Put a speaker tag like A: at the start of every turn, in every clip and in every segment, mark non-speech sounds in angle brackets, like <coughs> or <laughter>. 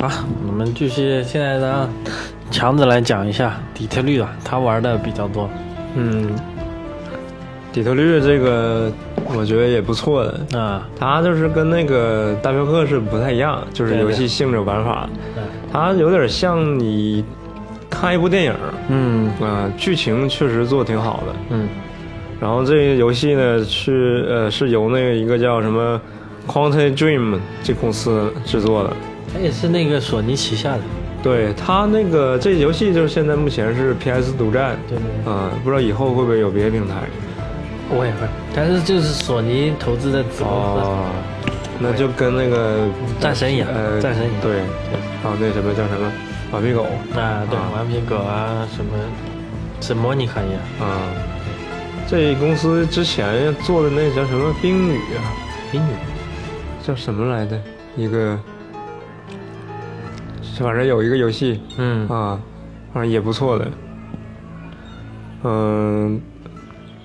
A: 啊，我们继续，现在让强子来讲一下底特律啊，他玩的比较多。
B: 嗯，底特律这个我觉得也不错的，
A: 啊，
B: 它就是跟那个大镖客是不太一样，就是
A: 对对
B: 游戏性质玩法，它有点像你看一部电影，
A: 嗯
B: 啊、剧情确实做挺好的。
A: 嗯
B: 然后这个游戏呢是呃是由那个一个叫什么 Quantum Dream 这公司制作的，
A: 他也是那个索尼旗下的。
B: 对它那个这游戏就是现在目前是 PS 独占，
A: 对对对
B: 啊、不知道以后会不会有别的平台。
A: 我也会，但是就是索尼投资的子公司，
B: 哦，那就跟那个
A: 战神一样
B: 呃，
A: 哎战神一样
B: 对，还有那什么叫什么顽皮狗
A: 啊，对，
B: 啊
A: 顽皮狗啊，什么，是莫妮卡一样，
B: 啊，这公司之前做的那叫什么冰雨啊，
A: 英语
B: 叫什么来着？一个，反正有一个游戏
A: 嗯
B: 啊，反正也不错的。嗯，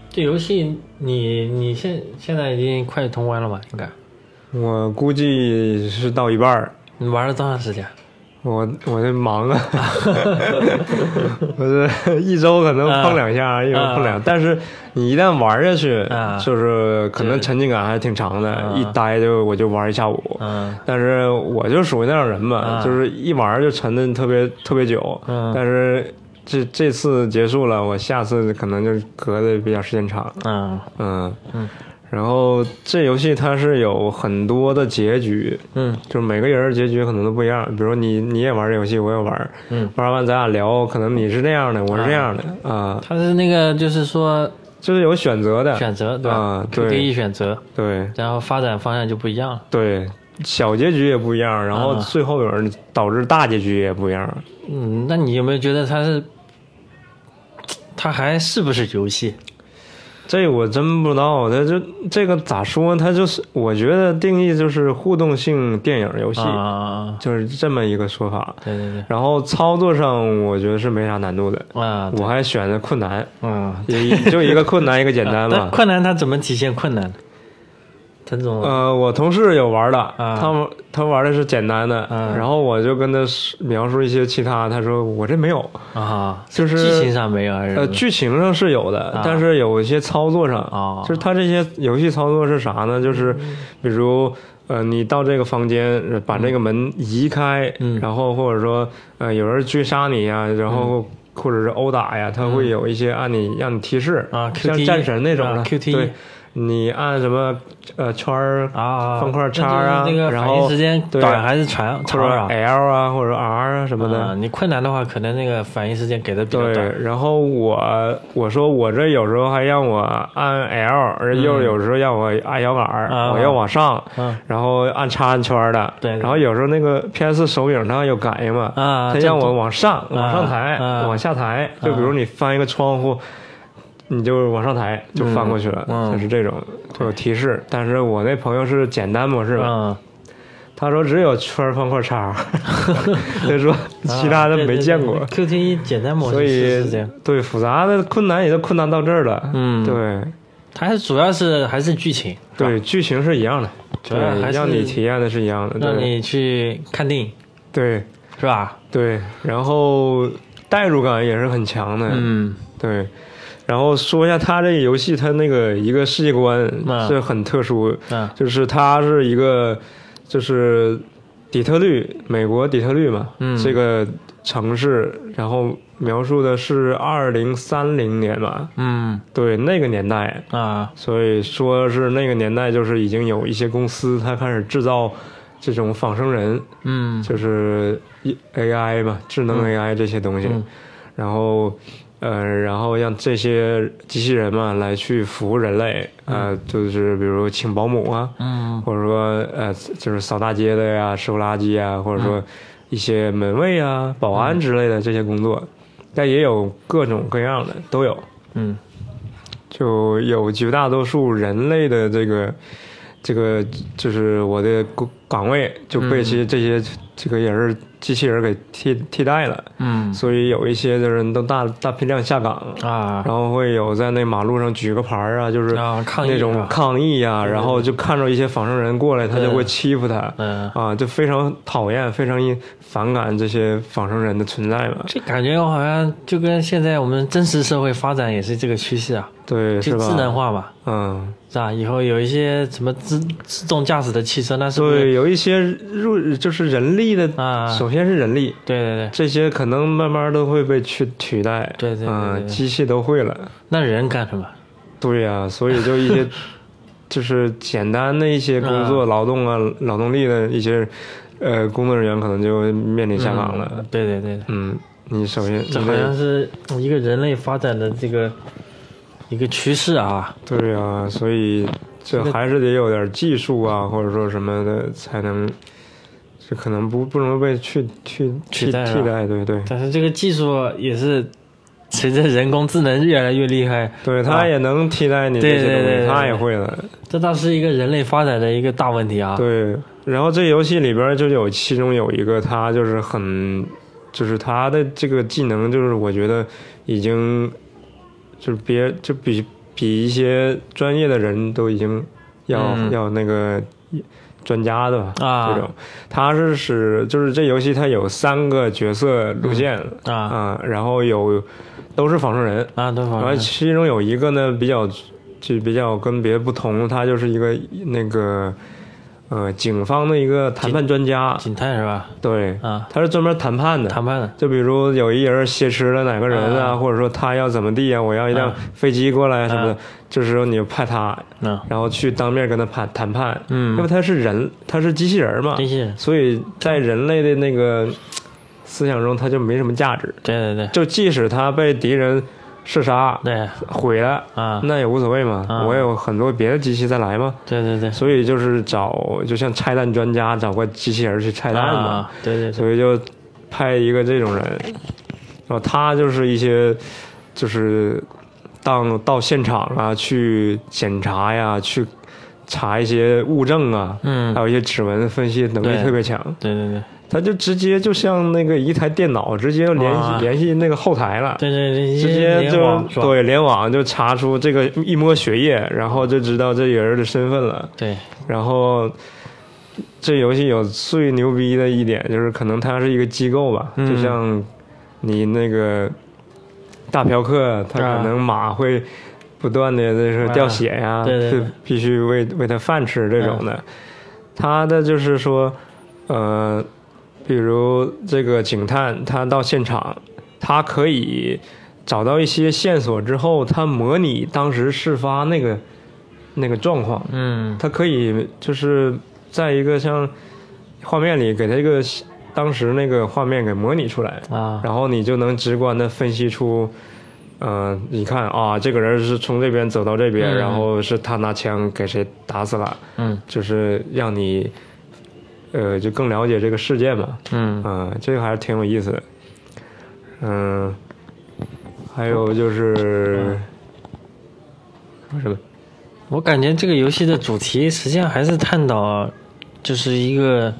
A: 这游戏你你现现在已经快通关了吧？应该
B: 我估计是到一半儿，
A: 你玩了多长时间？
B: 我我这忙啊，我这一周可能碰两下，一周碰两，
A: 啊
B: 但是你一旦玩下去，
A: 啊
B: 就是可能沉浸感还挺长的，
A: 啊
B: 一待就我就玩一下午。
A: 嗯
B: 但是我就属于那种人嘛，
A: 啊
B: 就是一玩就沉的特别特别久。
A: 嗯
B: 但是这这次结束了，我下次可能就隔的比较时间长。
A: 嗯
B: 嗯
A: 嗯
B: 然后这游戏它是有很多的结局，
A: 嗯
B: 就是每个人儿结局可能都不一样。比如你你也玩这游戏，我也玩，
A: 嗯，
B: 玩完咱俩聊，可能你是那样的，我是这样的啊、
A: 它是那个就是说
B: 就是有选择的。
A: 选择对吧？
B: 啊
A: 可以
B: 对
A: 给予选择，
B: 对
A: 然后发展方向就不一样了。
B: 对，小结局也不一样，然后
A: 啊
B: 最后有人导致大结局也不一样。
A: 嗯，那你有没有觉得它是，它还是不是游戏？
B: 这我真不知道，它就这个咋说？它就是我觉得定义就是互动性电影游戏，
A: 啊啊啊！
B: 就是这么一个说法。
A: 对对对，
B: 然后操作上我觉得是没啥难度的，
A: 啊，
B: 我还选的困难，
A: 嗯，
B: 也就一个困难一个简单
A: 那 <laughs>
B: 嘛。
A: 困难它怎么体现困难？陈总，
B: 呃，我同事有玩的，
A: 啊
B: 他们他玩的是简单的，
A: 嗯
B: 然后我就跟他描述一些其他，他说我这没有，
A: 啊，
B: 就是
A: 剧情上没有还是什
B: 呃，
A: 么？
B: 剧情上是有的，
A: 啊
B: 但是有一些操作上，
A: 哦
B: 就是它这些游戏操作是啥呢？就是
A: 嗯
B: 比如。呃，你到这个房间，呃把这个门移开，
A: 嗯
B: 然后或者说，呃，有人追杀你呀，然后
A: 嗯
B: 或者是殴打呀，它会有一些按你让你提示
A: 啊
B: 像
A: QTE
B: 战神那种的
A: 啊 QTE
B: 对，你按什么呃圈儿
A: 啊，
B: 方块叉
A: 那
B: 啊，
A: 就是那个
B: 然
A: 反应
B: 后
A: 时间
B: 对啊
A: 短还是长
B: 或
A: 长
B: 者
A: 啊？
B: L 啊，或者 R 啊什么的，
A: 啊，你困难的话，可能那个反应时间给的比较
B: 对
A: 短。，
B: 然后我我说我这有时候还让我按 L，又有时候让我按摇杆儿，
A: 嗯啊
B: 我要往上，
A: 嗯
B: 然后按叉按圈儿的，
A: 对对
B: 然后有时候那个 PS 手柄它有感应嘛，
A: 啊
B: 它
A: 这
B: 让我
A: 都
B: 往上往上抬，
A: 啊
B: 往下抬，就比如你翻一个窗户。你就往上抬，就翻过去了，
A: 嗯嗯
B: 就是这种会有提示。但是我那朋友是简单模式嘛，
A: 嗯，
B: 他说只有圈儿方块 <laughs> 叉儿，
A: <laughs>
B: 他
A: 啊
B: 说其他的没见过。
A: QTE 简单模
B: 所
A: 式
B: 以
A: 是这样，
B: 对复杂的困难也就困难到这儿了。
A: 嗯
B: 对
A: 它还主要是还是剧情，
B: 对，剧情是一样的，
A: 主要
B: 对，
A: 还是
B: 让你体验的是一样的。
A: 让
B: 对
A: 你去看电影
B: 对
A: 是吧？
B: 对，然后代入感也是很强的。，
A: 嗯
B: 对。然后说一下它这个游戏，它那个一个世界观
A: 嗯
B: 是很特殊，
A: 嗯
B: 就是它是一个就是底特律，美国底特律嘛，
A: 嗯
B: 这个城市，然后描述的是二零三零年吧，
A: 嗯
B: 对那个年代，
A: 啊
B: 所以说是那个年代，就是已经有一些公司它开始制造这种仿生人，
A: 嗯
B: 就是 AI 嘛，智能 AI 这些东西，
A: 嗯
B: 然后呃，然后让这些机器人嘛来去服务人类，呃，就是比如请保姆啊，
A: 嗯
B: 或者说呃，就是扫大街的呀、收垃圾呀，或
A: 嗯
B: 者说一些门卫啊、保安之类的这些工作，但也有各种各样的都有。
A: 嗯
B: 就有绝大多数人类的这个
A: 嗯
B: 这个就是我的工岗位就被这些、这些这个也是机器人给替替代了，
A: 嗯
B: 所以有一些的人都大大批量下岗，
A: 啊
B: 然后会有在那马路上举个牌儿啊，就是
A: 啊抗议
B: 那
A: 是
B: 种
A: 吧
B: 抗议啊，然后就看着一些仿生人过来，他就
A: 对
B: 会欺负他，
A: 嗯，
B: 啊，就非常讨厌，非常反感这些仿生人的存在嘛，
A: 这感觉好像就跟现在我们真实社会发展也是这个趋势啊，
B: 对，是
A: 就
B: 吧？
A: 智能化嘛，
B: 嗯，
A: 是吧？以后有一些什么自自动驾驶的汽车，那是不是
B: 对，有一些入就是人力的，
A: 啊？
B: 首先是人力，
A: 对对对，
B: 这些可能慢慢都会被去取代。
A: 对对对对
B: 嗯，
A: 对
B: 机器都会了。
A: 那人干什么？
B: 对呀、所以就一
A: <laughs>
B: 些就是简单的一些工作、劳动啊、劳动力的一些呃工作人员，可能就面临下岗了。
A: 嗯对对对，对
B: 嗯，你首先
A: 这
B: 你
A: 好
B: 得
A: 像是一个人类发展的这个一个趋势啊。
B: 对呀、所以这还是得有点技术啊，或者说什么的才能。这可能不不能被去去
A: 取
B: 替
A: 代是吧
B: 替代，对对
A: 但是这个技术也是随着人工智能越来越厉害，
B: 对，
A: 啊
B: 它也能替代你这
A: 对
B: 些
A: 对
B: 东
A: 对对
B: 西，它也
A: 对
B: 会的。
A: 这倒是一个人类发展的一个大问题啊。
B: 对，然后这游戏里边就有其中有一个他就是很，就是他的这个技能就是我觉得已经就是别就比比一些专业的人都已经要、
A: 嗯
B: 要那个专家的吧、
A: 啊
B: 这种，他是使就是这游戏它有三个角色路线、
A: 啊
B: 啊，然后有都是仿生人，
A: 啊，对
B: 然后
A: 吧？
B: 其中有一个呢比较就比较跟别的不同，他就是一个那个呃警方的一个谈判专家，
A: 警探是吧？
B: 对，
A: 啊，
B: 他是专门谈判的。
A: 谈判的
B: 就比如有一人挟持了哪个人啊，
A: 啊
B: 或者说他要怎么地啊，我要一辆
A: 啊
B: 飞机过来什么的，
A: 啊
B: 这时候你就派他，
A: 嗯
B: 然后去当面跟他谈谈判，因为
A: 嗯，
B: 他是人，他是机器人嘛，
A: 机器人，
B: 所以在人类的那个思想中他就没什么价值，
A: 对对对
B: 就即使他被敌人射杀
A: 对
B: 毁了，
A: 啊，
B: 那也无所谓嘛，
A: 啊
B: 我有很多别的机器再来嘛，
A: 对对对，
B: 所以就是找就像拆弹专家找个机器人去拆弹嘛，
A: 啊，对对对，
B: 所以就派一个这种人，然后他就是一些就是到到现场啊去检查呀，去查一些物证啊，
A: 嗯
B: 还，有一些指纹分析能力
A: 对
B: 特别强，
A: 对对对。
B: 他就直接就像那个一台电脑直接联系
A: 哇
B: 联系那个后台了，
A: 对对对，
B: 直接
A: 联
B: 就
A: 网是吧
B: 对联网就查出这个一摸血液，然后就知道这人的身份了。
A: 对
B: 然后这游戏有最牛逼的一点就是，可能它是一个机构吧，
A: 嗯
B: 就像你那个大嫖客，他
A: 啊
B: 可能马会不断的就是掉血呀、
A: 啊对对对嗯
B: 是必须喂喂它饭吃这种的。他的就是说，呃，比如这个警探他到现场，他可以找到一些线索之后，他模拟当时事发那个那个状况，
A: 嗯
B: 他可以就是在一个像画面里给他一个当时那个画面给模拟出来，
A: 啊
B: 然后你就能直观的分析出，嗯，你看啊，这个人是从这边走到这边，
A: 嗯
B: 然后是他拿枪给谁打死了，
A: 嗯
B: 就是让你呃就更了解这个事件嘛，
A: 嗯
B: 嗯、这个还是挺有意思的，嗯、还有就是
A: 嗯
B: 什么？
A: 我感觉这个游戏的主题实际上还是探讨就是一个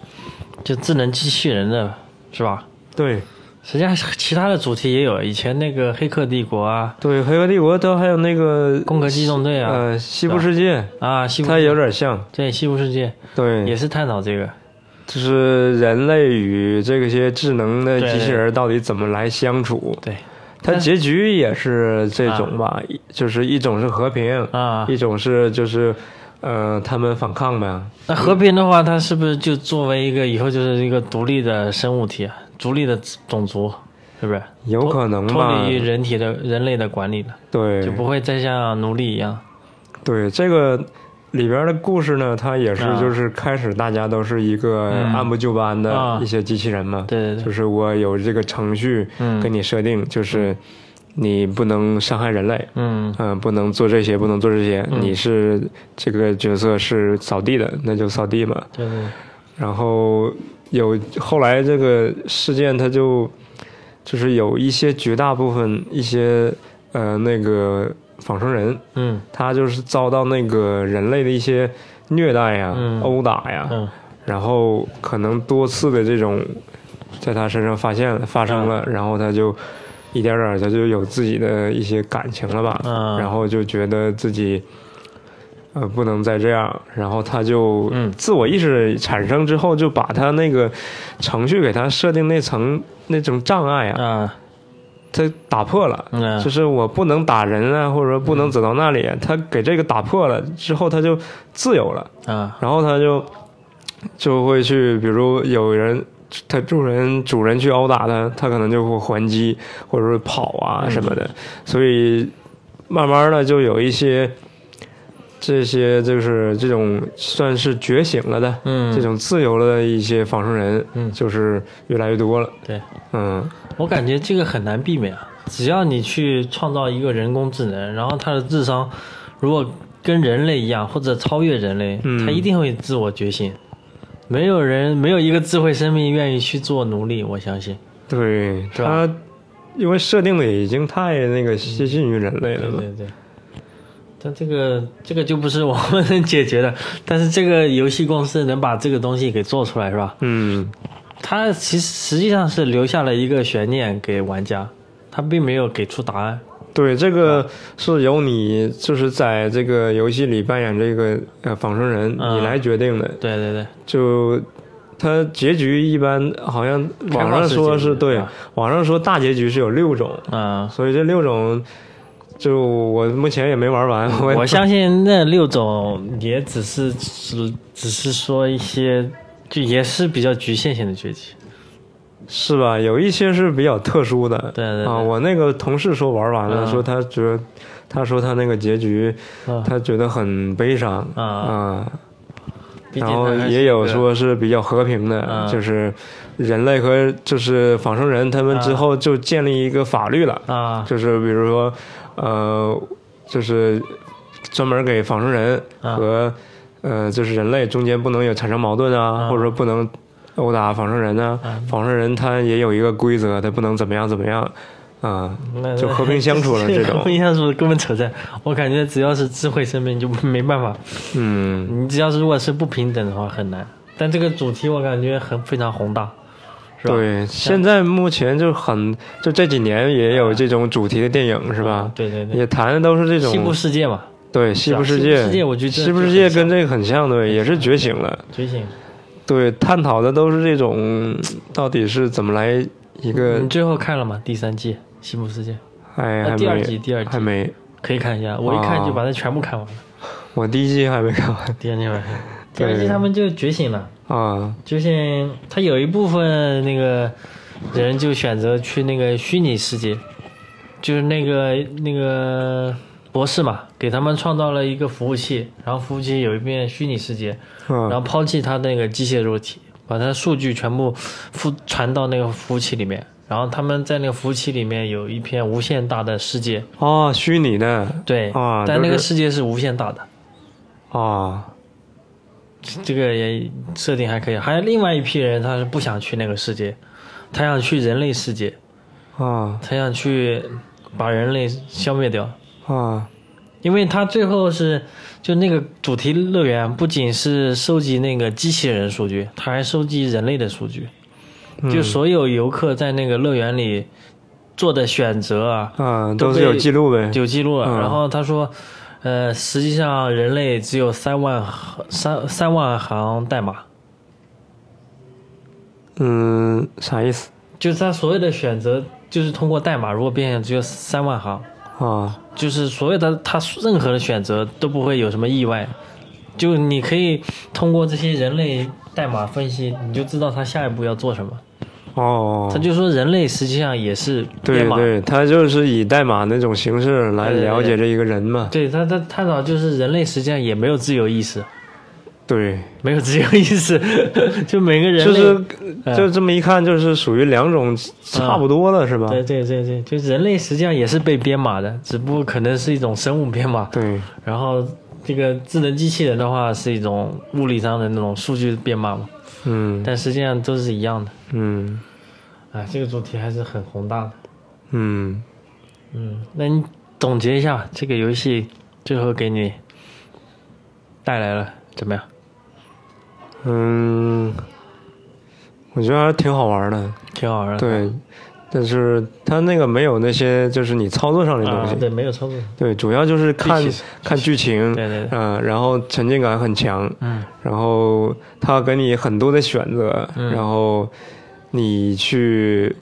A: 就智能机器人的是吧？
B: 对，
A: 实际上其他的主题也有，以前那个《黑客帝国》啊，
B: 对，《黑客帝国》都还有那个
A: 《攻壳机动队》啊
B: 呃，西部世界，
A: 啊，西部
B: 它有点像，
A: 对西部世界也
B: 对，
A: 是探讨这个，
B: 就是人类与这些智能的
A: 对
B: 机器人到底怎么来相处。
A: 对
B: 它结局也是这种吧，一就是一种是和平，
A: 啊。
B: 一种是就是呃他们反抗呗。
A: 那和平的话，它是不是就作为一个以后就是一个独立的生物体、啊，独立的种族，是不是？
B: 有可能吧
A: 脱？离于人体的人类的管理了，就
B: 对
A: 不会再像奴隶一样。
B: 对，这个里边的故事呢，它也是
A: 啊
B: 就是开始大家都是一个
A: 嗯
B: 按部就班
A: 啊
B: 的一些机器人嘛，
A: 对对
B: 就
A: 对，
B: 是我有这个程序
A: 嗯
B: 给你设定，就是你不能伤害人类，
A: 嗯
B: 嗯、不能做这些，不能做这些。
A: 嗯
B: 你是这个角色是扫地的，那就扫地嘛。
A: 对对对，
B: 然后有后来这个事件，它就就是有一些绝大部分一些呃那个仿生人，
A: 嗯
B: 他就是遭到那个人类的一些虐待呀、
A: 嗯
B: 殴打呀，
A: 嗯
B: 然后可能多次的这种在他身上发现了发生
A: 嗯
B: 了，然后他就一点点儿他就有自己的一些感情了吧，
A: 嗯
B: 然后就觉得自己。呃，不能再这样。然后他就
A: 嗯
B: 自我意识产生之后，就把他那个程序给他设定那层那种障碍啊，
A: 啊，
B: 他打破了。
A: 嗯
B: 就是我不能打人啊，或者说不能走到那里，他给这个打破了之后，他就自由了，
A: 啊，
B: 然后他就就会去，比如有人他主人主人去殴打他，他可能就会还击或者是跑
A: 嗯
B: 啊什么的，所以慢慢的就有一些这些就是这种算是觉醒了的。
A: 嗯，
B: 这种自由了的一些仿生人，
A: 嗯
B: 就是越来越多了。
A: 对，
B: 嗯，
A: 我感觉这个很难避免啊。只要你去创造一个人工智能，然后他的智商如果跟人类一样或者超越人类，
B: 嗯
A: 他一定会自我觉醒。没有人，没有一个智慧生命愿意去做奴隶，我相信。
B: 对，
A: 是吧
B: 它因为设定的已经太那个接近于人类了
A: 对
B: 嘛。
A: 对对。但这个这个就不是我们能解决的，但是这个游戏公司能把这个东西给做出来，是吧？
B: 嗯，
A: 它其实实际上是留下了一个悬念给玩家，它并没有给出答案。
B: 对，这个是由你就是在这个游戏里扮演这个呃仿生人，
A: 嗯
B: 你来决定的。
A: 对对对，
B: 就它结局一般好像
A: 开
B: 网
A: 放
B: 上
A: 式
B: 说
A: 结
B: 是
A: 局
B: 对
A: 啊，
B: 网上说大结局是有六种，
A: 啊、
B: 所以这六种就我目前也没玩完，我也
A: 我相信那六种也只是只只是说一些，就也是比较局限性的崛起。
B: 是吧？有一些是比较特殊的，
A: 对对对
B: 啊，我那个同事说玩完了，
A: 嗯
B: 说他觉得，他说他那个结局，
A: 嗯
B: 他觉得很悲伤
A: 啊毕竟
B: 然后
A: 它还是
B: 也有
A: 一个
B: 说是比较和平的，
A: 嗯
B: 就是人类和就是仿生人他们之
A: 嗯
B: 后就建立一个法律了，
A: 啊
B: 就是比如说，呃，就是专门给仿生人
A: 嗯
B: 和、呃，就是人类中间不能有产生矛盾啊，
A: 嗯
B: 或者说不能殴打仿生人啊。
A: 嗯
B: 仿生人他也有一个规则，他不能怎么样怎么样啊、
A: 那
B: 就和平相 <laughs>
A: <laughs>
B: 处了这
A: 和
B: 种。
A: 平相处根本扯淡。我感觉只要是智慧生命就没办法，
B: 嗯，
A: 你只要是如果是不平等的话很难。但这个主题我感觉很非常宏大，是吧？
B: 对，现在目前就很就这几年也有这种主题的电影是吧
A: 啊？对对对，
B: 也谈的都是这
A: 西部
B: 种
A: 世界嘛，
B: 对西部世
A: 西部世界我觉得
B: 啊西部
A: 就
B: 世界
A: 很像
B: 跟这个很像，对，也是觉醒了。
A: 觉醒。
B: 对，探讨的都是这种到底是怎么来一个
A: 你，最后看了吗？第三季《西部世界》
B: 哎，还没，
A: 嗯第二集第二集
B: 还没，
A: 可以看一下，我一
B: 啊
A: 看就把它全部看完了。
B: 我第一季还没看完
A: 第二季晚上，第
B: 对
A: 二季他们就觉醒了，
B: 啊，
A: 觉醒。他有一部分那个人就选择去那个虚拟世界，就是那个那个博士嘛，给他们创造了一个服务器，然后服务器有一片虚拟世界，然后
B: 啊，
A: 抛弃他那个机械肉体，把他的数据全部复传到那个服务器里面。然后他们在那个服务器里面有一片无限大的世界，
B: 哦，虚拟的
A: 对，
B: 啊
A: 但
B: 就是
A: 那个世界是无限大的，
B: 啊，
A: 这个也设定还可以。还有另外一批人，他是不想去那个世界，他想去人类世界，
B: 啊
A: 他想去把人类消灭掉。
B: 啊，
A: 因为他最后是就那个主题乐园，不仅是收集那个机器人数据，他还收集人类的数据，
B: 嗯
A: 就所有游客在那个乐园里做的选择啊，
B: 啊，
A: 都
B: 都是有
A: 被
B: 记录呗，
A: 有记录了。
B: 嗯
A: 然后他说，呃，实际上人类只有三万行三三万行代码，
B: 嗯，啥意思
A: 就是他所有的选择就是通过代码，如果变现只有三万行，
B: 啊？
A: 就是所有的他任何的选择都不会有什么意外。就你可以通过这些人类代码分析，你就知道他下一步要做什么。
B: 哦
A: 他，就说人类实际上也是编
B: 对
A: 码，
B: 对，他就是以代码那种形式来
A: 对对
B: 了解
A: 对
B: 这一个人嘛，
A: 对他他探讨就是人类实际上也没有自由意识，
B: 对，
A: 没有自由意识，就每个人
B: 就
A: 类
B: 是
A: 嗯
B: 就这么一看，就是属于两种差不多的是吧？
A: 对对对对，就人类实际上也是被编码的，只不过可能是一种生物编码，
B: 对，
A: 然后这个智能机器人的话是一种物理上的那种数据编码嘛，
B: 嗯
A: 但实际上都是一样的。
B: 嗯
A: 啊，这个主题还是很宏大的。
B: 嗯。
A: 嗯，那你总结一下这个游戏最后给你带来了怎么样？
B: 嗯，我觉得还是挺好玩的。
A: 挺好玩的。
B: 对，但是它那个没有那些就是你操作上的东
A: 啊，
B: 西。
A: 对，没有操作。
B: 对，主要就是看
A: 剧情
B: 看剧情，
A: 对对对
B: 嗯、然后沉浸感很强，
A: 嗯，
B: 然后它给你很多的选择，
A: 嗯
B: 然后你去。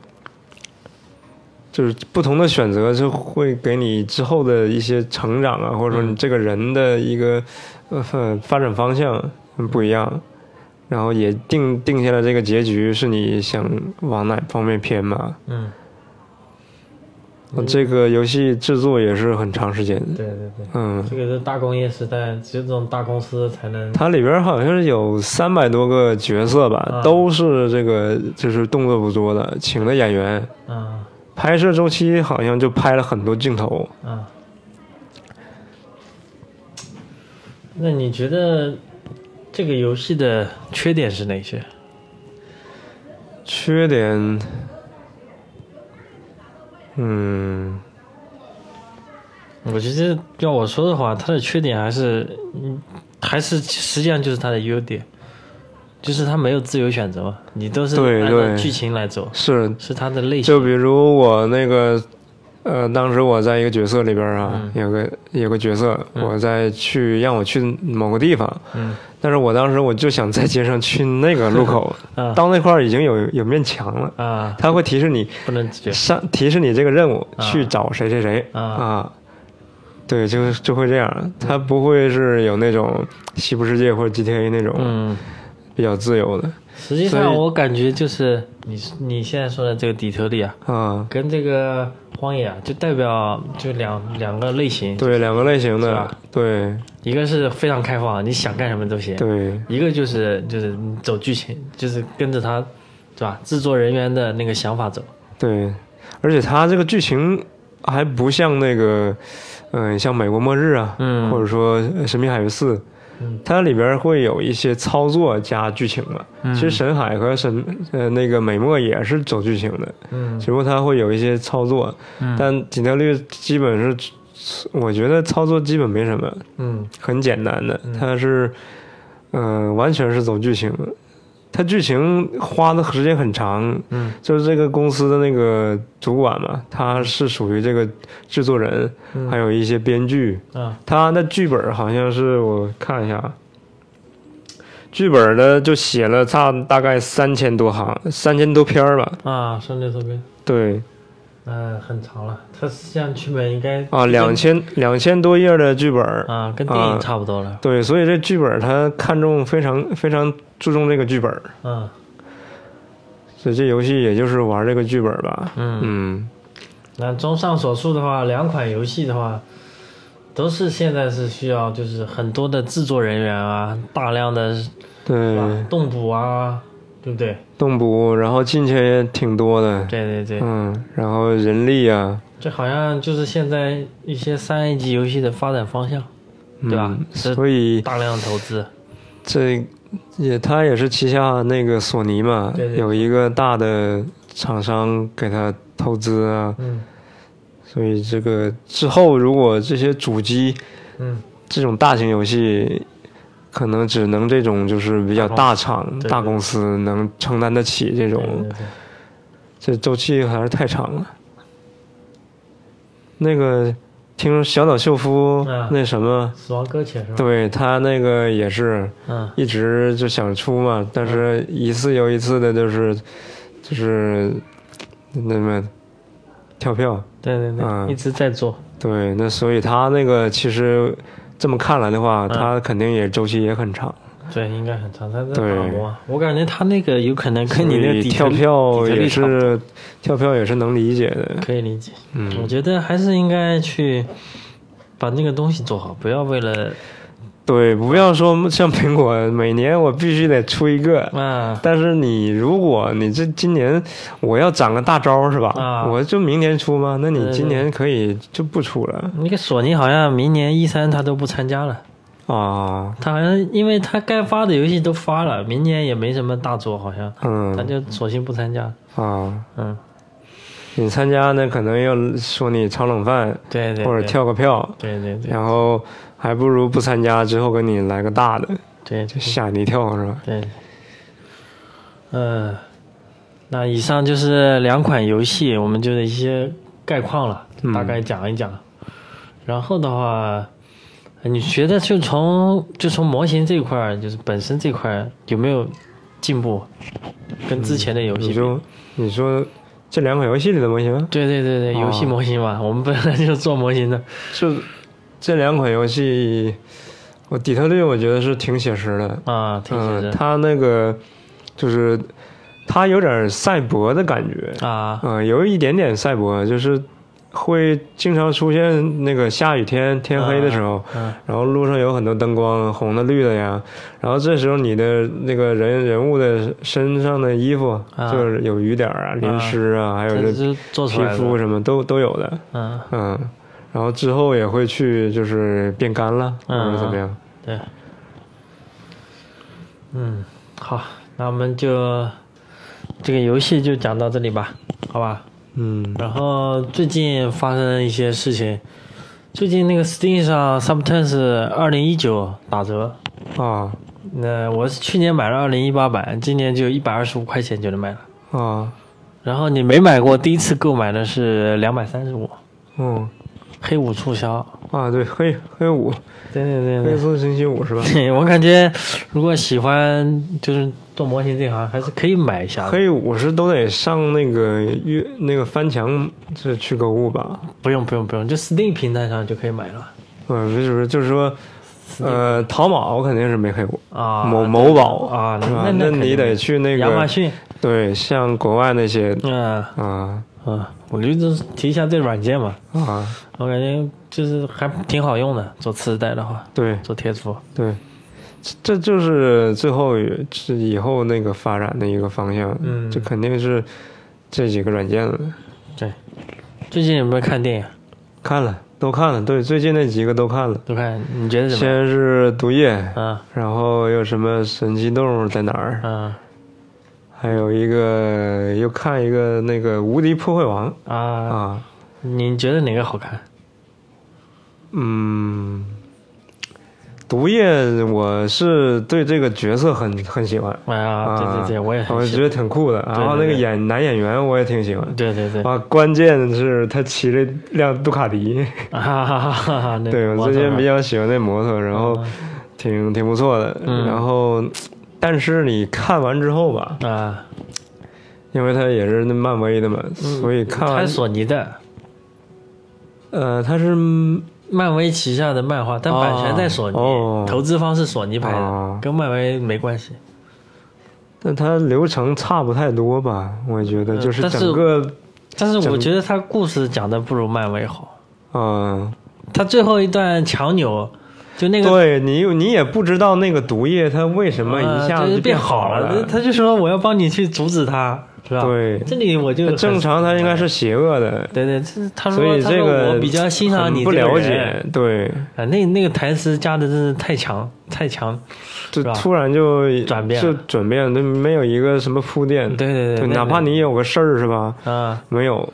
B: 就是不同的选择是会给你之后的一些成长啊，或者说你这个人的一个呃发展方向不一样，然后也定定下了这个结局是你想往哪方面偏嘛。
A: 嗯，
B: 这个游戏制作也是很长时间的，
A: 对对对，
B: 嗯，
A: 这个是大工业时代，只有这种大公司才能。
B: 它里边好像是有三百多个角色吧，
A: 啊
B: 都是这个就是动作捕捉的，请的演员，
A: 啊
B: 拍摄周期好像就拍了很多镜头。
A: 啊。那你觉得这个游戏的缺点是哪些？
B: 缺点，嗯，
A: 我觉得要我说的话，它的缺点还是，嗯，还是实际上就是它的优点，就是它没有自由选择嘛，你都是
B: 对
A: 按
B: 对
A: 照剧情来走，
B: 是，
A: 是它的类型。
B: 就比如我那个，呃，当时我在一个角色里边啊，
A: 嗯
B: 有个有个角色，我在去让我去某个地方，
A: 嗯，
B: 但是我当时我就想在街上去那个路口
A: <laughs> 啊
B: 到那块儿已经有有面墙了，
A: 啊，
B: 它会提示你。
A: 不能直觉
B: 上提示你这个任务
A: 啊
B: 去找谁谁谁
A: 啊
B: 对，就就会这样，它不会是有那种西部世界或者 GTA 那种
A: 嗯。
B: 比较自由的
A: 实际
B: 所
A: 上，
B: 以
A: 我感觉就是你你现在说的这个底特律啊，
B: 啊，
A: 跟这个荒野啊，就代表就两两个类型，
B: 对，两个类型
A: 是
B: 的
A: 吧，
B: 对
A: 一个是非常开放，你想干什么都行；
B: 对
A: 一个就是就是你走剧情，就是跟着他，对吧？制作人员的那个想法走。
B: 对，而且它这个剧情还不像那个，嗯、像美国末日啊，
A: 嗯
B: 或者说呃神秘海域四
A: 嗯。
B: 它里边会有一些操作加剧情嘛，
A: 嗯
B: 其实神海和神呃那个美墨也是走剧情的，
A: 嗯
B: 只不过它会有一些操作，
A: 嗯
B: 但底特律基本是，我觉得操作基本没什么，
A: 嗯
B: 很简单的，它是，嗯、完全是走剧情的，它剧情花的时间很长，
A: 嗯
B: 就是这个公司的那个主管嘛，他是属于这个制作人，
A: 嗯
B: 还有一些编剧，
A: 啊
B: 他的剧本好像是我看一下啊，剧本呢就写了差大概三千多行，三千多篇儿吧，
A: 啊，算这这边，
B: 对。
A: 嗯、很长了。它实际上剧本应该
B: 啊，两千两千多页的剧本儿，
A: 啊跟电影
B: 啊
A: 差不多了。
B: 对，所以这剧本儿他看重非常非常注重这个剧本儿，
A: 嗯
B: 所以这游戏也就是玩这个剧本儿吧。
A: 嗯。
B: 嗯，
A: 那综上所述的话，两款游戏的话，都是现在是需要就是很多的制作人员啊，大量的是吧
B: 对，
A: 动捕啊，对不对？
B: 动捕，然后进去也挺多的，
A: 对对对，
B: 嗯，然后人力啊，
A: 这好像就是现在一些三 A 级游戏的发展方向，
B: 嗯、
A: 对吧是
B: 所以
A: 大量投资。
B: 这也他也是旗下那个索尼嘛，
A: 对对
B: 有一个大的厂商给他投资啊，
A: 嗯
B: 所以这个之后如果这些主机
A: 嗯，
B: 这种大型游戏，可能只能这种就是比较大厂、
A: 对对
B: 大公司能承担得起
A: 对
B: 这种，
A: 对对，
B: 这周期还是太长了。那个听说小岛秀夫、
A: 嗯
B: 那什么，
A: 死亡搁浅是吧？
B: 对他那个也是
A: 啊嗯
B: 一直就想出嘛，但是一次又一次的，就是就是那么跳票。
A: 对对对，
B: 嗯
A: 一直在做。
B: 对，那所以他那个其实这么看来的话，
A: 嗯
B: 他肯定也周期也很长。
A: 对，应该很长，他在
B: 对
A: 打磨啊。我感觉他那个有可能跟你那
B: 所
A: 个
B: 以
A: 底特
B: 跳
A: 律
B: 票也
A: 底特律
B: 是跳票也是能理解的。
A: 可以理解。我
B: 嗯，
A: 觉得还是应该去把那个东西做好，不要为了
B: 对，不要说像苹果每年我必须得出一个，
A: 啊
B: 但是你如果你这今年我要攒个大招是吧？
A: 啊
B: 我就明年出吗？那
A: 对
B: 你
A: 对
B: 今年可以就不出了
A: 那个索尼好像明年一三他都不参加了，
B: 啊。
A: 他好像因为他该发的游戏都发了，明年也没什么大作，好像他
B: 嗯
A: 就索性不参加。
B: 啊，
A: 嗯，
B: 你参加呢，可能要说你炒冷饭
A: 对对，
B: 或者
A: 对，
B: 跳个票，
A: 对对对
B: 然后还不如不参加，之后给你来个大的，
A: 对
B: 就吓你一跳是吧？
A: 对，嗯、那以上就是两款游戏我们就的一些概况了，
B: 嗯
A: 大概讲一讲。然后的话，呃你觉得就从就从模型这块儿，就是本身这块儿有没有进步？跟
B: 嗯
A: 之前的游戏
B: 你
A: 比、
B: 说你说这两款游戏里的模型，
A: 对对对对，游戏
B: 哦
A: 模型嘛，我 <laughs> 们本来就是做模型的。
B: 这这两款游戏，我底特律我觉得是挺写实的，
A: 啊，挺写
B: 嗯，
A: 实、
B: 它那个就是它有点赛博的感觉，
A: 啊，
B: 嗯，有一点点赛博，就是会经常出现那个下雨天天黑的时候，
A: 嗯
B: 然后路上有很多灯光，红的、绿的呀。然后这时候你的那个人人物的身上的衣服，
A: 啊
B: 就是有雨点儿啊、淋湿啊，还有
A: 这
B: 这
A: 就做出
B: 皮
A: 来了
B: 肤什么都都有的。
A: 嗯，
B: 嗯，然后之后也会去就是变干了，或
A: 嗯
B: 者怎么样。
A: 对，嗯，好，那我们就这个游戏就讲到这里吧，好吧？
B: 嗯
A: 然后最近发生一些事情，最近那个 Steam 上 Substance 二零一九打折，
B: 啊
A: 那我是去年买了二零一八版，今年就一百二十五块钱就能买了。
B: 啊
A: 然后你没买过，第一次购买的是两百三十五，
B: 嗯
A: 黑五促销。
B: 啊，对，黑黑五，
A: 对对对对
B: 黑色星期五是吧？
A: 对我感觉，如果喜欢就是做模型这行，还是可以买一下的。
B: 黑五是都得上那个月那个翻墙这去购物吧？
A: 不用不用不用，就 Steam 平台上就可以买了
B: 嗯，不是不是，就是说，呃，淘宝肯定是没黑五，
A: 啊。
B: 某某宝
A: 啊，
B: 是吧
A: 那？
B: 那
A: 肯定
B: 你得去那
A: 亚马
B: 个
A: 逊，
B: 对，像国外那些
A: 嗯
B: 啊
A: 嗯，我就就是提一下这软件嘛，
B: 啊，
A: 我感觉就是还挺好用的，做磁带的话，
B: 对
A: 做贴图。
B: 对，这这就是最后是以后那个发展的一个方向，
A: 嗯
B: 这肯定是这几个软件了，
A: 对，最近有没有看电影？
B: 看了都看了，对，最近那几个都看了，
A: 都看，你觉得怎么样？
B: 先是啊毒液，
A: 嗯
B: 然后又什么神奇动物在哪儿，
A: 嗯
B: 还有一个又看一个那个无敌破坏王
A: 啊，
B: 啊，
A: 你觉得哪个好看？
B: 嗯，毒液我是对这个角色很很喜欢
A: 哎呀，对对对，我也
B: 啊我
A: 很喜
B: 觉得挺酷的。啊
A: 对
B: 然后那个演男演员我也挺喜欢
A: 欢。对对对，
B: 啊，关键是他骑了一辆杜卡迪，
A: 啊哈哈哈哈！那
B: <laughs> 对我
A: 摩
B: 最
A: 托
B: 近
A: 车
B: 比较喜欢那摩托，然后挺挺不错的。
A: 啊嗯
B: 然后，但是你看完之后吧，
A: 啊，
B: 因为它也是那漫威的嘛，所以看
A: 它
B: 完
A: 是嗯索尼的，
B: 呃，它是
A: 漫威旗下的漫画，但版权在索尼，
B: 哦哦
A: 投资方是索尼拍的，
B: 哦
A: 跟漫威没关系。
B: 但它流程差不太多吧？我觉得
A: 嗯
B: 就是
A: 但是
B: 整个，
A: 但是我
B: 整
A: 觉得它故事讲的不如漫威好。
B: 嗯，
A: 它最后一段强扭，就那个
B: 对你你也不知道那个毒液它为什么一下
A: 呃
B: 子
A: 就
B: 就
A: 变
B: 好
A: 了，他就说我要帮你去阻止他，是吧？
B: 对
A: 这里我就
B: 它
A: 很
B: 正。常它应该是邪恶的，
A: 对对，这他说
B: 所以
A: 他
B: 这
A: 说
B: 个
A: 我比较欣赏
B: 很
A: 你
B: 不
A: 这个
B: 了
A: 人
B: 解，对，
A: 啊，那那个台词加的真是太强太强，
B: 就是
A: 吧
B: 突然就
A: 转变
B: 就转变，就没有一个什么铺垫，
A: 对对对，
B: 对，哪怕你有个事儿是吧？
A: 啊。
B: 没有。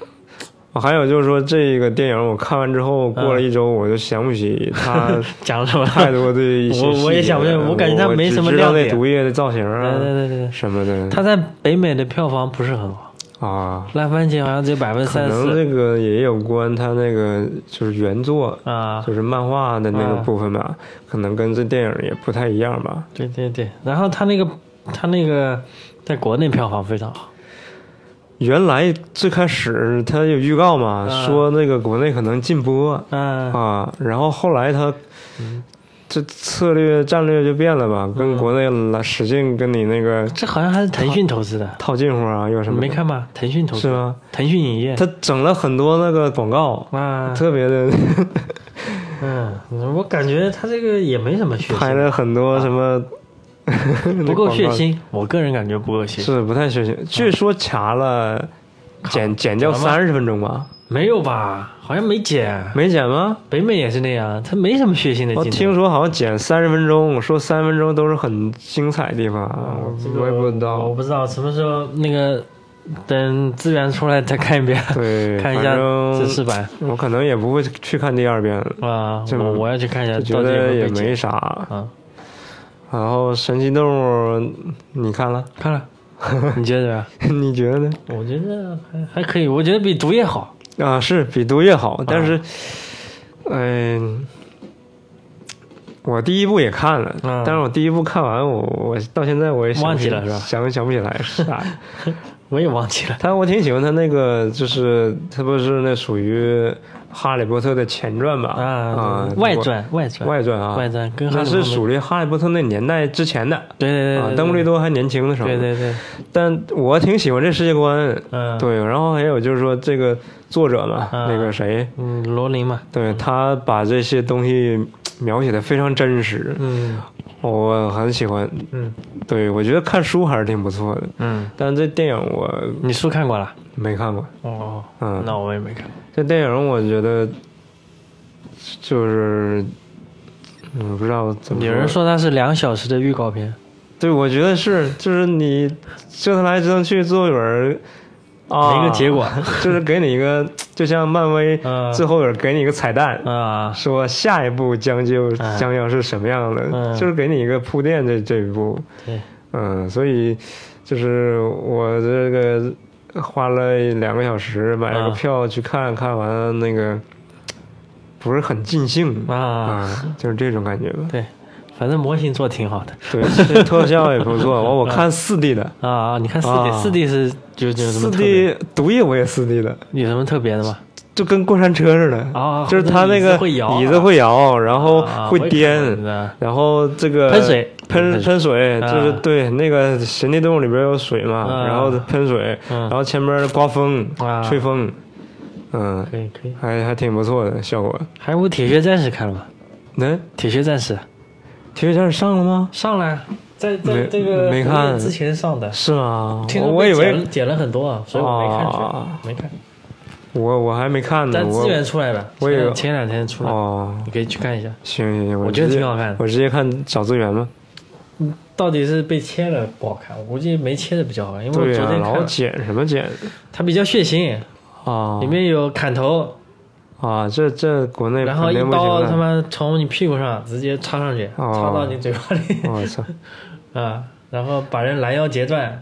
B: 还有就是说，这个电影我看完之后，过了
A: 嗯
B: 一周我就想
A: <laughs>
B: 不起它
A: 讲什么？
B: 太多的一些
A: 我
B: 细节
A: 我也想不起来
B: 了
A: 我感觉它没什么
B: 我只知道
A: 亮点
B: 那毒液的造型
A: 对对
B: 啊
A: 对对，
B: 什么的，
A: 它在北美的票房不是很好，
B: 啊，
A: 烂番茄好像只有百分之
B: 可
A: 三
B: 能
A: 四
B: 这个也有关它那个就是原作，
A: 啊。
B: 就是漫画的那个
A: 啊
B: 部分吧，可能跟这电影也不太一样吧。
A: 对对对，然后它那个它那个在国内票房非常好，
B: 原来最开始它有预告嘛，
A: 啊
B: 说那个国内可能禁播
A: 嗯、
B: 啊，然后后来它这策略战略就变了吧，
A: 嗯
B: 跟国内来使劲跟你那个
A: 这好像还是腾讯投资的，
B: 套近乎啊，又什
A: 你
B: 么
A: 没
B: 的
A: 看吗？腾讯投
B: 是
A: 资，
B: 吗？
A: 腾讯影业，
B: 他整了很多那个广告，
A: 啊，
B: 特别的
A: 嗯，我感觉它这个也没什么血
B: 拍
A: 腥，
B: 了很多什么 <laughs> 那
A: 啊不够
B: 广告
A: 血腥，我个人感觉不够血腥，
B: 是不太血腥。据说卡了剪剪掉
A: 嗯卡了吗
B: 三十分钟吧？
A: 没有吧？好像没剪，
B: 没剪吗？
A: 北美也是那样，它没什么血腥的
B: 我
A: 镜头。
B: 听说好像剪三十分钟，说三分钟都是很精彩的地方，我
A: 这个
B: 我也不知
A: 我
B: 道。
A: 不知道什么时候那个等资源出来再看一遍，<laughs>
B: 对，
A: 看一
B: 反
A: 下
B: 正
A: 指示版
B: 我可能也不会去看第二遍，
A: 啊，
B: 这
A: 我我要去看一下
B: 就觉
A: 到底有
B: 得
A: 没
B: 也
A: 有被
B: 没
A: 剪
B: 啥。
A: 啊，
B: 然后神奇动物你看了 <laughs>
A: 看了你觉得？
B: 你觉得呢？
A: 我觉得还还可以，我觉得比毒液好。
B: 啊，是比毒液好，
A: 啊
B: 但是，嗯、我第一部也看了，
A: 嗯
B: 但是我第一部看完，我我到现在我也想不
A: 忘记
B: 起
A: 了是吧
B: 想想不起来是啥。
A: 我也忘记了。
B: 但我挺喜欢他那个，就是他不是那属于《哈利波特》的前传吧？啊，
A: 外传，外传，
B: 外传啊，
A: 外传跟哈
B: 那
A: 利波
B: 是
A: 特
B: 属于《哈利波特》那年代之前的
A: 对对对
B: 啊
A: 对，，
B: 邓布利多还年轻的时候。
A: 对对对，
B: 但我挺喜欢这世界观，
A: 嗯，，
B: 对。然后还有就是说这个作者嘛，
A: 嗯
B: 那个谁，
A: 嗯，罗琳嘛，
B: 对他把这些东西描写的非常真实，
A: 嗯
B: 我很喜欢。
A: 嗯
B: 对我觉得看书还是挺不错的，
A: 嗯，
B: 但这电影我
A: 你书看过了？
B: 没看过。
A: 哦，
B: 嗯，
A: 那我也没看过。
B: 这电影我觉得就是，嗯，不知道怎么。
A: 有人，说它是两小时的预告片，
B: 对，我觉得是，就是你折腾来折腾去，最后有人啊，
A: 没个结果，
B: <laughs> 就是给你一个，就像漫威
A: 嗯
B: 最后有人给你一个彩蛋，
A: 啊，
B: 说下一步将就
A: 哎
B: 将要是什么样的，
A: 嗯
B: 就是给你一个铺垫这这一步，
A: 对，
B: 嗯，所以就是我这个花了两个小时买了个
A: 嗯
B: 票去看，看完了那个不是很尽兴
A: 啊
B: 就是这种感觉吧。
A: 对，反正模型做挺好的
B: 对，其实特效也不错，我我看四 D 的，
A: 啊。你看四 D，
B: 啊
A: 四 D 是 <laughs> 就就有什么
B: 四
A: 特别
B: D 毒液我也四 D 的，
A: 有什么特别的吗？
B: 就跟过山车似的
A: 啊
B: 就是它那个
A: 那椅子会摇
B: 椅子会摇，然后
A: 啊
B: 会
A: 我也看过
B: 颠
A: 你，的
B: 然后这个
A: 喷水
B: 喷喷水，
A: 啊
B: 就是对那个神奇动物里边有水嘛，
A: 啊
B: 然后喷水，
A: 嗯
B: 然后前面刮风
A: 啊
B: 吹风，嗯，
A: 可以可以，
B: 还还挺不错的效果。
A: 还有《铁血战士》看了吗？
B: 那
A: 铁血战士
B: 体育站上了吗？
A: 上了，在在
B: 没
A: 这个
B: 没
A: 活
B: 看
A: 动之前上的，
B: 是吗？
A: 啊听
B: 我
A: 说
B: 我
A: 被
B: 以
A: 剪
B: 为
A: 了剪了很多啊，所以我没看全，
B: 啊
A: 没看。
B: 我我还没看呢，
A: 但
B: 我
A: 资源出来了，
B: 我以为
A: 前前两天出来，
B: 哦，
A: 你可以去看一下，
B: 行行行，
A: 我觉得
B: 直接
A: 挺好看的
B: 我直接看找资源吧。
A: 到底是被切了不好看，我估计没切的比较好看，因为我
B: 对
A: 昨
B: 呀，
A: 天看
B: 老
A: 了，
B: 剪什么剪
A: 它比较血腥，
B: 啊？
A: 里面有砍头，
B: 啊，这这国内
A: 然后
B: 肯
A: 一
B: 定不行
A: 刀
B: 了
A: 他妈从你屁股上直接插上去，
B: 哦
A: 插到你嘴巴里
B: 我操！
A: <laughs> 啊，然后把人拦腰截断，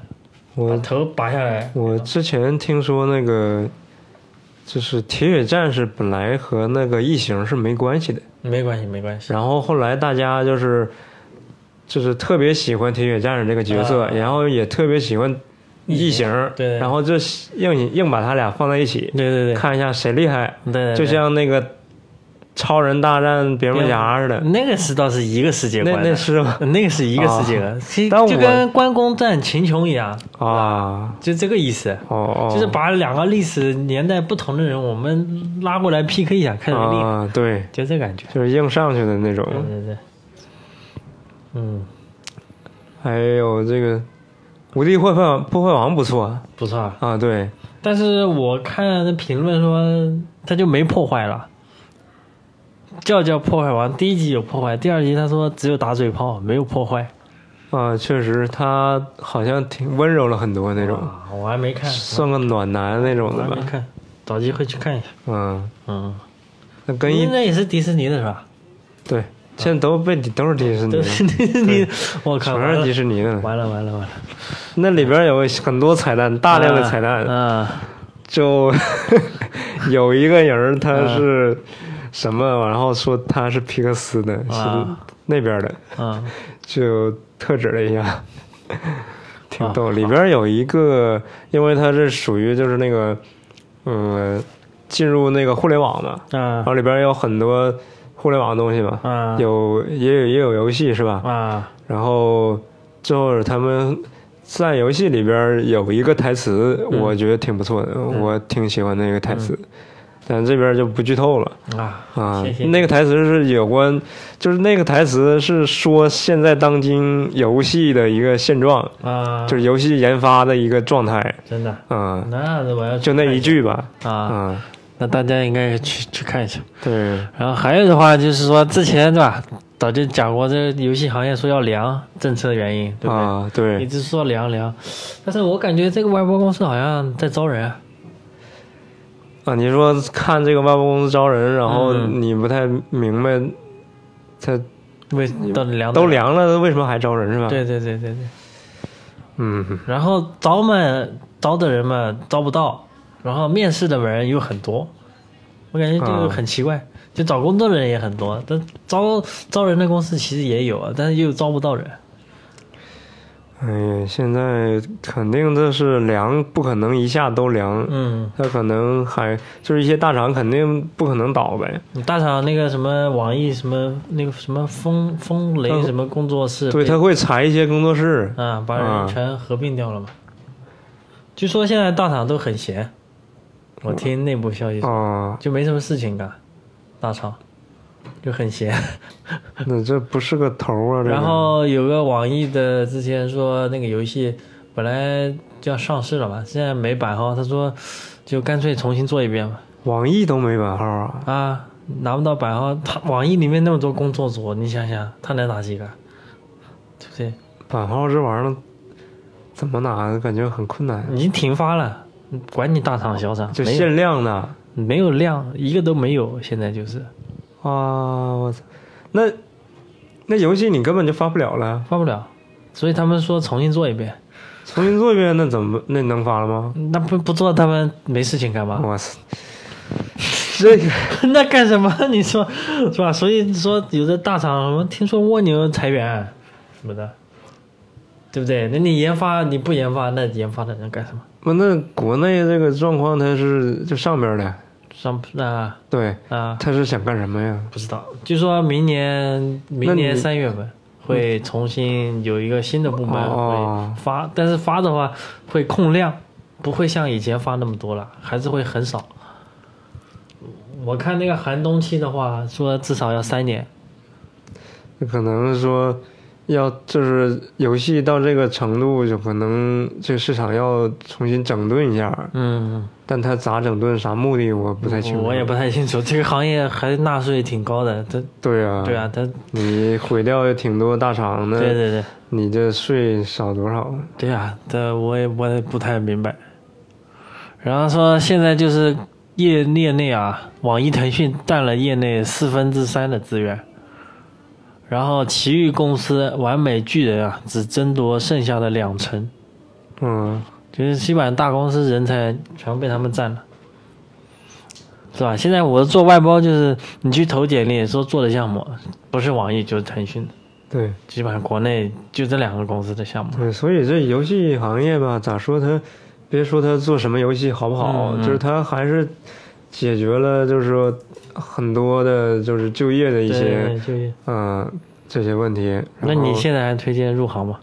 A: 把
B: 我
A: 头拔下来，
B: 我之前听说那个，就是铁血战士本来和那个异形是没关系的，
A: 没关系没关系，
B: 然后后来大家就是就是特别喜欢铁血战士这个角色，
A: 啊
B: 然后也特别喜欢异形，
A: 对对
B: 然后就硬硬把他俩放在一起，
A: 对对对，
B: 看一下谁厉害，
A: 对对对
B: 就像那个超人大战蝙蝠侠似的，
A: 那个是倒是一个世界
B: 那
A: 观嗯的，
B: 那是吗？
A: <laughs> 那个是一个世界
B: <laughs>
A: 观，其实
B: 但我
A: 就跟关公战秦琼一样，
B: 啊，
A: 就这个意思。
B: 哦
A: <laughs>
B: 哦，
A: 就是把两个历史年代不同的人，我们拉过来 PK 一下，看谁厉害，
B: 啊，对，
A: 就这感觉。
B: 就是硬上去的那种。
A: 对对对，嗯，
B: 还有这个《无敌破坏王破坏王》不错
A: 不错啊。
B: 啊，对，
A: 但是我看那评论说，他就没破坏了。叫叫破坏王第一集有破坏，第二集他说只有打嘴炮，没有破坏。
B: 啊，确实他好像挺温柔了很多那种，
A: 啊，我还没看，
B: 算个暖男那种
A: 我
B: 的
A: 还没
B: 吧，
A: 看，找机会去看一下。
B: 嗯，
A: 嗯，
B: 那跟一
A: 那也是迪士尼的是吧？
B: 对，现在都被都是迪士尼
A: 都
B: 的，
A: 是迪士尼的，我靠，
B: 全是迪
A: 完
B: 士尼的
A: 了，
B: 了，
A: 完了完了完了，
B: 那里边有很多彩蛋，大量的彩
A: 啊
B: 蛋，
A: 啊 <laughs>
B: 就有一个人他
A: 嗯
B: 是什么，然后说他是皮克斯的，是
A: 啊
B: 那边的，
A: 啊
B: 就特指了
A: <laughs>
B: 一下，挺
A: 啊
B: 逗。里边有一个，因为它是属于就是那个，嗯，进入那个互联网嘛，然后
A: 啊
B: 里边有很多互联网的东西嘛，
A: 啊
B: 有也有也有游戏是吧？
A: 啊
B: 然后最后他们在游戏里边有一个台词，
A: 嗯
B: 我觉得挺不错的，我挺喜欢那个台词，但这边就不剧透了。啊
A: 啊！谢谢，
B: 那个台词是有关，就是那个台词是说现在当今游戏的一个现状，
A: 啊，
B: 就是游戏研发的一个状态。
A: 真的，
B: 嗯，
A: 那我要去
B: 就那
A: 看
B: 一句吧。
A: 下啊，
B: 嗯，
A: 那大家应该去去看一下。
B: 对，
A: 然后还有的话就是说，之前对吧，早就讲过这游戏行业说要凉政策原因，对不对？
B: 啊，
A: 一
B: 对，
A: 直说凉凉，但是我感觉这个外包公司好像在招人啊，
B: 啊，你说看这个外包公司招人，然后
A: 嗯
B: 你不太明白，他
A: 为到底凉
B: 嗯都凉了，为什么还招人是吧？
A: 对对对对对，
B: 嗯
A: 然后招嘛，招的人嘛招不到，然后面试的人又很多，我感觉这个
B: 啊
A: 很奇怪。就找工作的人也很多，但招招人的公司其实也有啊，但是又招不到人。
B: 哎呀，现在肯定这是凉，不可能一下都凉，
A: 嗯，
B: 它可能还就是一些大厂肯定不可能倒呗，
A: 你大厂那个什么网易什么那个什么风风雷
B: 嗯
A: 什么工作室被，
B: 对，它会裁一些工作室，
A: 啊，把人
B: 啊
A: 全合并掉了嘛。据说现在大厂都很闲，我听内部消息说
B: 哦，
A: 就没什么事情干，大厂就很
B: <laughs>
A: 闲。
B: 那这不是个头啊，这个
A: 然后有个网易的之前说那个游戏本来就要上市了嘛，现在没版号，他说就干脆重新做一遍吧。
B: 网易都没版号啊，
A: 啊，拿不到版号，他网易里面那么多工作组，你想想他能拿几个？对不对？
B: 版号这玩意儿怎么拿，感觉很困难，
A: 已经停发了，管你大厂小厂，
B: 就
A: 嗯没有
B: 限量的。
A: 没有量，一个都没有，现在就是
B: 啊，我操！那那游戏你根本就发不了了，
A: 发不了，所以他们说重新做一遍。
B: 重新做一遍，那怎么那能发了吗？
A: 那不不做，他们没事情干嘛？
B: 我操！这个
A: <laughs> 那干什么？你说是吧？所以说有的大厂什么，听说蜗牛裁员啊什么的，对不对？那你研发你不研发，那研发的人干什么？
B: 不，那国内这个状况，它是就上边的，
A: 上啊
B: 对，
A: 啊，
B: 他是想干什么呀？
A: 不知道。据说明年明
B: 那
A: 年
B: 你
A: 三月份会重新有一个新的部门
B: 哦
A: 会发，但是发的话会控量，不会像以前发那么多了，还是会很少。我看那个寒冬期的话，说至少要三年。
B: 可能说要就是游戏到这个程度，就可能这个市场要重新整顿一下，
A: 嗯。
B: 但他咋整顿、啥目的，我不太清楚。
A: 我也不太清楚，这个行业还纳税挺高的，它
B: 对啊，
A: 对，啊，它
B: 你毁掉挺多大厂
A: 对
B: 的，
A: 对对
B: 你这税少多少啊？
A: 对啊，这我也我也不太明白。然后说现在就是业业内啊，网易、腾讯占了业内四分之三的资源，然后奇遇公司、完美巨人啊，只争夺剩下的两成，
B: 嗯，
A: 就是基本上大公司人才全被他们占了。是吧？现在我做外包就是你去投简历，说做的项目不是网易就是腾讯的，
B: 对
A: 基本上国内就这两个公司的项目。
B: 对，所以这游戏行业吧，咋说它，别说它做什么游戏好不好，
A: 嗯嗯
B: 就是它还是解决了，就是说很多的，就是就业的一些，
A: 对就业
B: 嗯、这些问题。
A: 那
B: 然后
A: 你现在还推荐入行吗？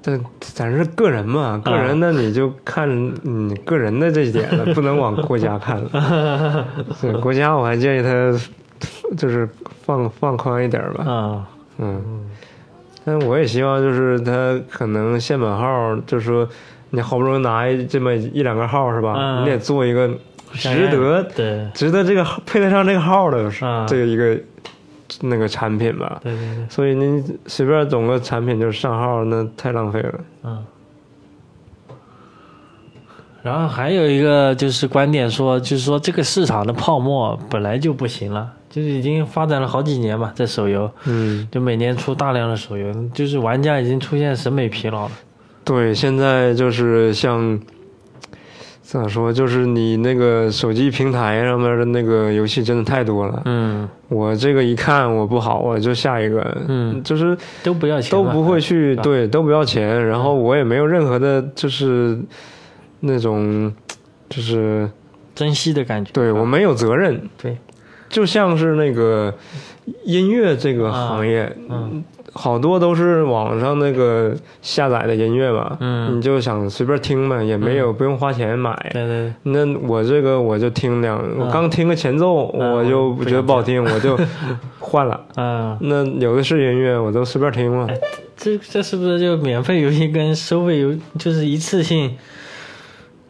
B: 但咱是个人嘛，个
A: 啊
B: 人那你就看你个人的这一点了，不能往国家看了。
A: <laughs>
B: 对国家我还建议他就是放放宽一点吧。
A: 啊、
B: 嗯，但我也希望就是他可能限版号，就是说你好不容易拿一这么一两个号是吧？
A: 嗯
B: 你得做一个
A: 想
B: 值
A: 要
B: 得
A: 对
B: 值得这个号配得上这个号的是
A: 嗯
B: 这个一个那个产品吧。
A: 对对对，
B: 所以你随便整个产品就上号，那太浪费了。
A: 嗯。然后还有一个就是观点说，就是说这个市场的泡沫本来就不行了，就是已经发展了好几年嘛，在手游，
B: 嗯，
A: 就每年出大量的手游，就是玩家已经出现审美疲劳了。
B: 对，现在就是像。咋说？就是你那个手机平台上面的那个游戏真的太多了，
A: 嗯
B: 我这个一看我不好，我就下一个。
A: 嗯，
B: 就是
A: 都不要钱
B: 都
A: 了，
B: 不会去
A: 吧嗯
B: 对，都不要钱。然后我也没有任何的，就是那种，就是
A: 珍惜的感觉。
B: 对我没有责任。
A: 对，
B: 就像是那个音乐这个行业，
A: 嗯
B: 好多都是网上那个下载的音乐嘛，
A: 嗯
B: 你就想随便听呗，也没有、不用花钱买。
A: 对对
B: 那我这个我就听两，我刚听个前奏，
A: 嗯
B: 我就
A: 不
B: 觉得
A: 想
B: 不好听，我就
A: <laughs>
B: 换了。
A: 对，嗯。
B: 那有的是音乐，我都随便听嘛。
A: 这这是不是就免费游戏跟收费游就是一次性？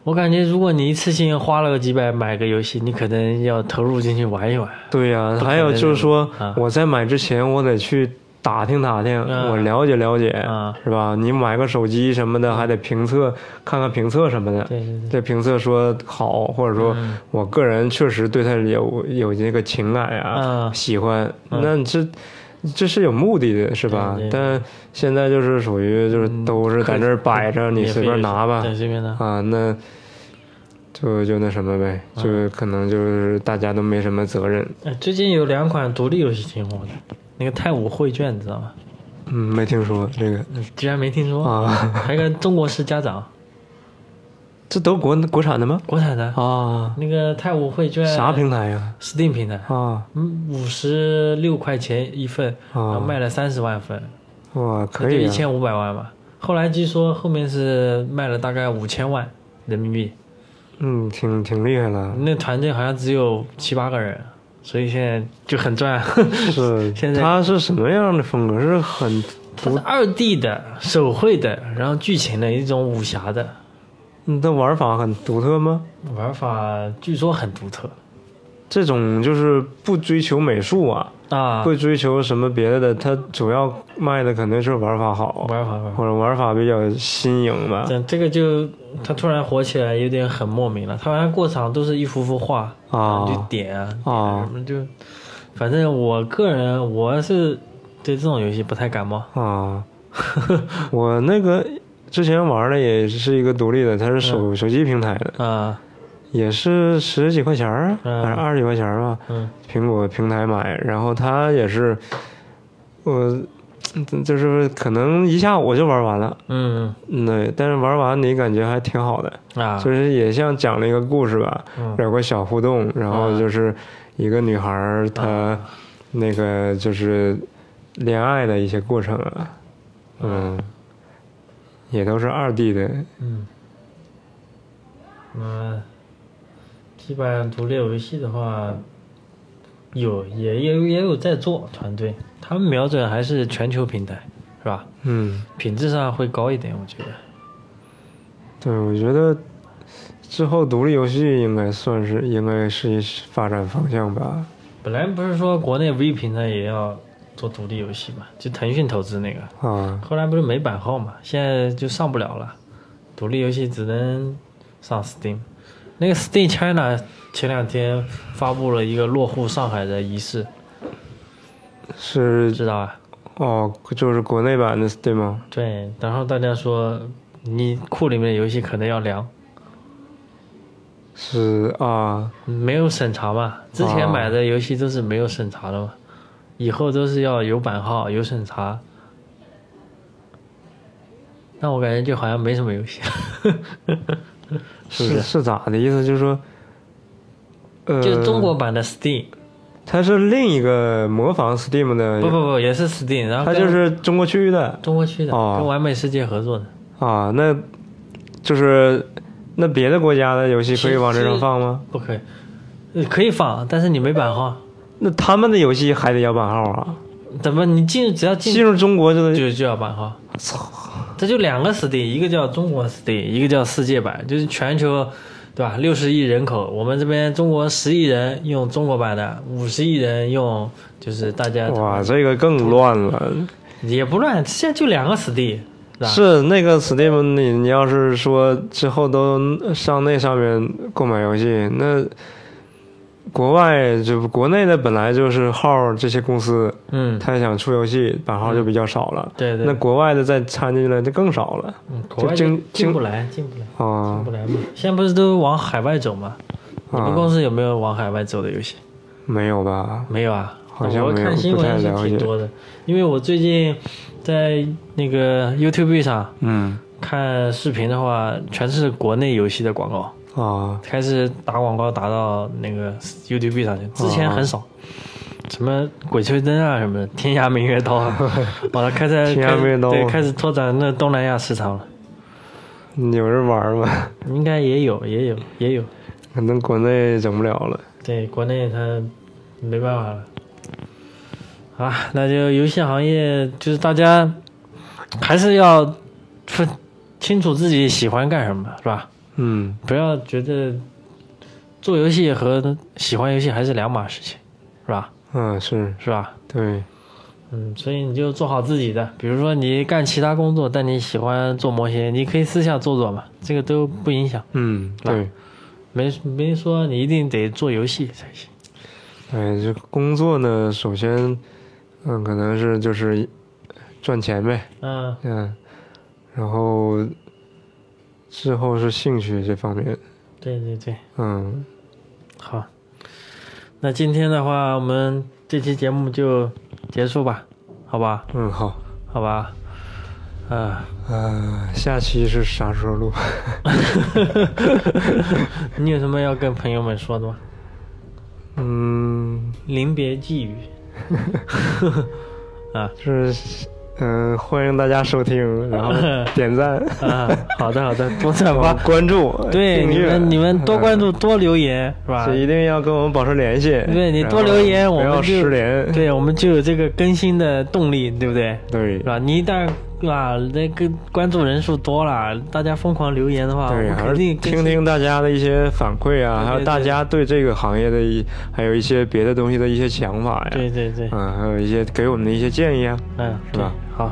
A: 我感觉如果你一次性花了个几百买个游戏，你可能要投入进去玩一玩。
B: 对呀、
A: 不可
B: 还有
A: 能
B: 就是说
A: 啊，
B: 我在买之前，我得去打听打听，
A: 嗯
B: 我了解了解，
A: 啊
B: 是吧？你买个手机什么的，还得评测，看看评测什么的。
A: 对对对，
B: 这评测说好，或者说
A: 嗯
B: 我个人确实对它有有这个情感呀、
A: 啊
B: 喜欢。那你这这是有目的的，是吧？
A: 对对嗯
B: 但现在就是属于就是都是在那儿摆着，你
A: 免
B: 随
A: 费
B: 便
A: 也
B: 拿
A: 是
B: 吧
A: 对，随便拿。
B: 啊，那就就那什么呗，
A: 啊
B: 就可能就是大家都没什么责任，
A: 哎最近有两款独立游戏挺火的，那个泰晤绘卷你知道吗？
B: 嗯，没听说这个
A: 你居然没听说？
B: 啊，
A: 还有个中国式家长，
B: 这都国国产的吗？
A: 国产的，
B: 啊，
A: 那个泰晤绘卷
B: 啥平台呀？
A: ？Steam 平台，
B: 啊，
A: 嗯，五十六块钱一份，然后
B: 啊
A: 卖了三十万份，
B: 哇，可
A: 就
B: 以
A: 一
B: 啊，
A: 千五百万嘛。后来据说后面是卖了大概五千万人民币，
B: 嗯，挺挺厉害了，
A: 那团队好像只有七八个人，所以现在就很赚。<laughs>
B: 是，
A: 现在
B: 它是什么样的风格？是很
A: 它是二 D 的、手绘的，然后剧情的一种武侠的
B: 嗯它玩法很独特吗？
A: 玩法，据说很独特
B: 这种就是不追求美术啊，
A: 啊。
B: 不追求什么别的的，它主要卖的肯定是玩法好，
A: 玩法玩法，
B: 或者玩法比较新颖吧。
A: 但这个就它突然火起来，有点很莫名了。它好像过场都是一幅幅画，
B: 啊
A: 就点啊，点
B: 啊
A: 啊什么就，反正我个人我是对这种游戏不太感冒。 <laughs>
B: 啊， <laughs> 我那个之前玩的也是一个独立的，它是手、手机平台的，
A: 啊，
B: 也是十几块钱儿，啊
A: 嗯
B: 还是二十几块钱儿吧，
A: 嗯
B: 苹果平台买，然后它也是我。 <coughs> 就是可能一下午就玩完了，
A: 嗯
B: 嗯，对，但是玩完你感觉还挺好的，
A: 啊，
B: 就是也像讲了一个故事吧，
A: 嗯
B: 有个小互动，然后就是一个女孩儿她
A: 嗯
B: 那个就是恋爱的一些过程啊，嗯，也都是二 D 的，
A: 嗯嗯，基本上独立游戏的话，有也也有也有在做团队，他们瞄准还是全球平台，是吧？
B: 嗯，
A: 品质上会高一点，我觉得。
B: 对，我觉得之后独立游戏应该算是应该是一发展方向吧，
A: 本来不是说国内 V 平台也要做独立游戏嘛，就腾讯投资那个，
B: 啊，
A: 后来不是没版号嘛，现在就上不了了，独立游戏只能上 Steam。那个 Steam China 前两天发布了一个落户上海的仪式，
B: 是
A: 知道吧？
B: 哦，就是国内版的对吗？
A: 对，然后大家说你库里面的游戏可能要凉，
B: 是啊，
A: 没有审查嘛，之前
B: 哦
A: 买的游戏都是没有审查的嘛，以后都是要有版号、有审查。那我感觉就好像没什么游戏，是不
B: 是是咋的意思？就是说，呃，
A: <laughs> 就是中国版的 Steam，、
B: 它是另一个模仿 Steam 的，
A: 不不不，也是 Steam，然后
B: 它
A: 跟
B: 就是中国区域的
A: 中国区的，
B: 哦
A: 跟完美世界合作的，
B: 啊。那就是那别的国家的游戏可以往这上放吗？
A: 不可以，呃可以放，但是你没版号，
B: 那他们的游戏还得要版号啊？
A: 怎么你进只要进
B: 进入中国就得
A: 就就要版号，
B: 操
A: 这就两个 Steam，一个叫中国 Steam，一个叫世界版，就是全球，对吧？六十亿人口，我们这边中国十亿人用中国版的，五十亿人用就是大家
B: 哇，这个更乱了。
A: 也不乱，现在就两个 Steam，是吧？
B: 是那个 Steam，你你要是说之后都上那上面购买游戏，那国外就国内的本来就是号这些公司，
A: 嗯，
B: 他想出游戏版号就比较少了。
A: 对对，
B: 那国外的再掺进来就更少了
A: 嗯国外
B: 就进
A: 进进
B: 进
A: 不来，进不来，进
B: 啊
A: 不来嘛。现在不是都往海外走吗？你们
B: 啊！
A: 公司有没有往海外走的游戏？
B: 没有吧？
A: 没有啊，
B: 好像
A: 我
B: 没有
A: 看新闻还是挺多的，因为我最近在那个 YouTube 上
B: 嗯
A: 看视频的话，全是国内游戏的广告，
B: 啊
A: 开始打广告打到那个 YouTube 上去，之前很少。什么鬼吹灯啊，什么的，天涯明月刀
B: <laughs>
A: 啊，完了开始
B: 天涯明月刀
A: 对，开始拓展那东南亚市场了，
B: 有人玩吗？
A: 应该也有，也有，也有。
B: <laughs> 可能国内整不了了。
A: 对，国内它没办法了。啊，那就游戏行业就是大家还是要分清楚自己喜欢干什么，是吧？
B: 嗯，
A: 不要觉得做游戏和喜欢游戏还是两码事情，是吧？
B: 嗯、是
A: 是吧？
B: 对，
A: 嗯，所以你就做好自己的，比如说你干其他工作，但你喜欢做模型，你可以私下做做嘛，这个都不影响，
B: 嗯对，
A: 没没说你一定得做游戏才行。
B: 哎，这工作呢，首先嗯，可能是就是赚钱呗，
A: 嗯
B: 嗯，然后之后是兴趣这方面，
A: 对对对，
B: 嗯，
A: 好。那今天的话，我们这期节目就结束吧，好吧，
B: 嗯，好，
A: 好吧，啊、 <laughs>
B: 呃，下期是啥时候录？ <laughs>
A: 你有什么要跟朋友们说的吗？
B: 嗯，
A: 临别寄语， <laughs> 啊
B: 就是，嗯、欢迎大家收听，然后点赞、
A: 啊，好的好的，多转
B: <laughs>
A: 发，
B: 关注、
A: 对
B: 订
A: 你
B: 阅
A: 们你们多关注多留言是吧
B: 嗯，？这一定要跟我们保持联系。
A: 对你
B: 然
A: 多
B: 后
A: 留言，我
B: 不
A: 们
B: 要
A: 就
B: 失联。
A: <laughs> 对我们就有这个更新的动力，对不对？
B: 对
A: 是吧？你一旦啊那个关注人数多了，大家疯狂留言的话，我
B: 对，
A: 们
B: 还
A: 肯
B: 是
A: 定更
B: 听 <laughs>
A: 新
B: 听大家的一些反馈啊，还
A: 对对
B: 有大家对这个行业的一，还有一些别的东西的一些想法呀，
A: 对对对，
B: 嗯，还有一些给我们的一些建议啊，
A: 嗯，
B: 是吧
A: 对？好，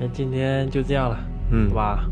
A: 那今天就这样了，
B: 嗯
A: 好，吧？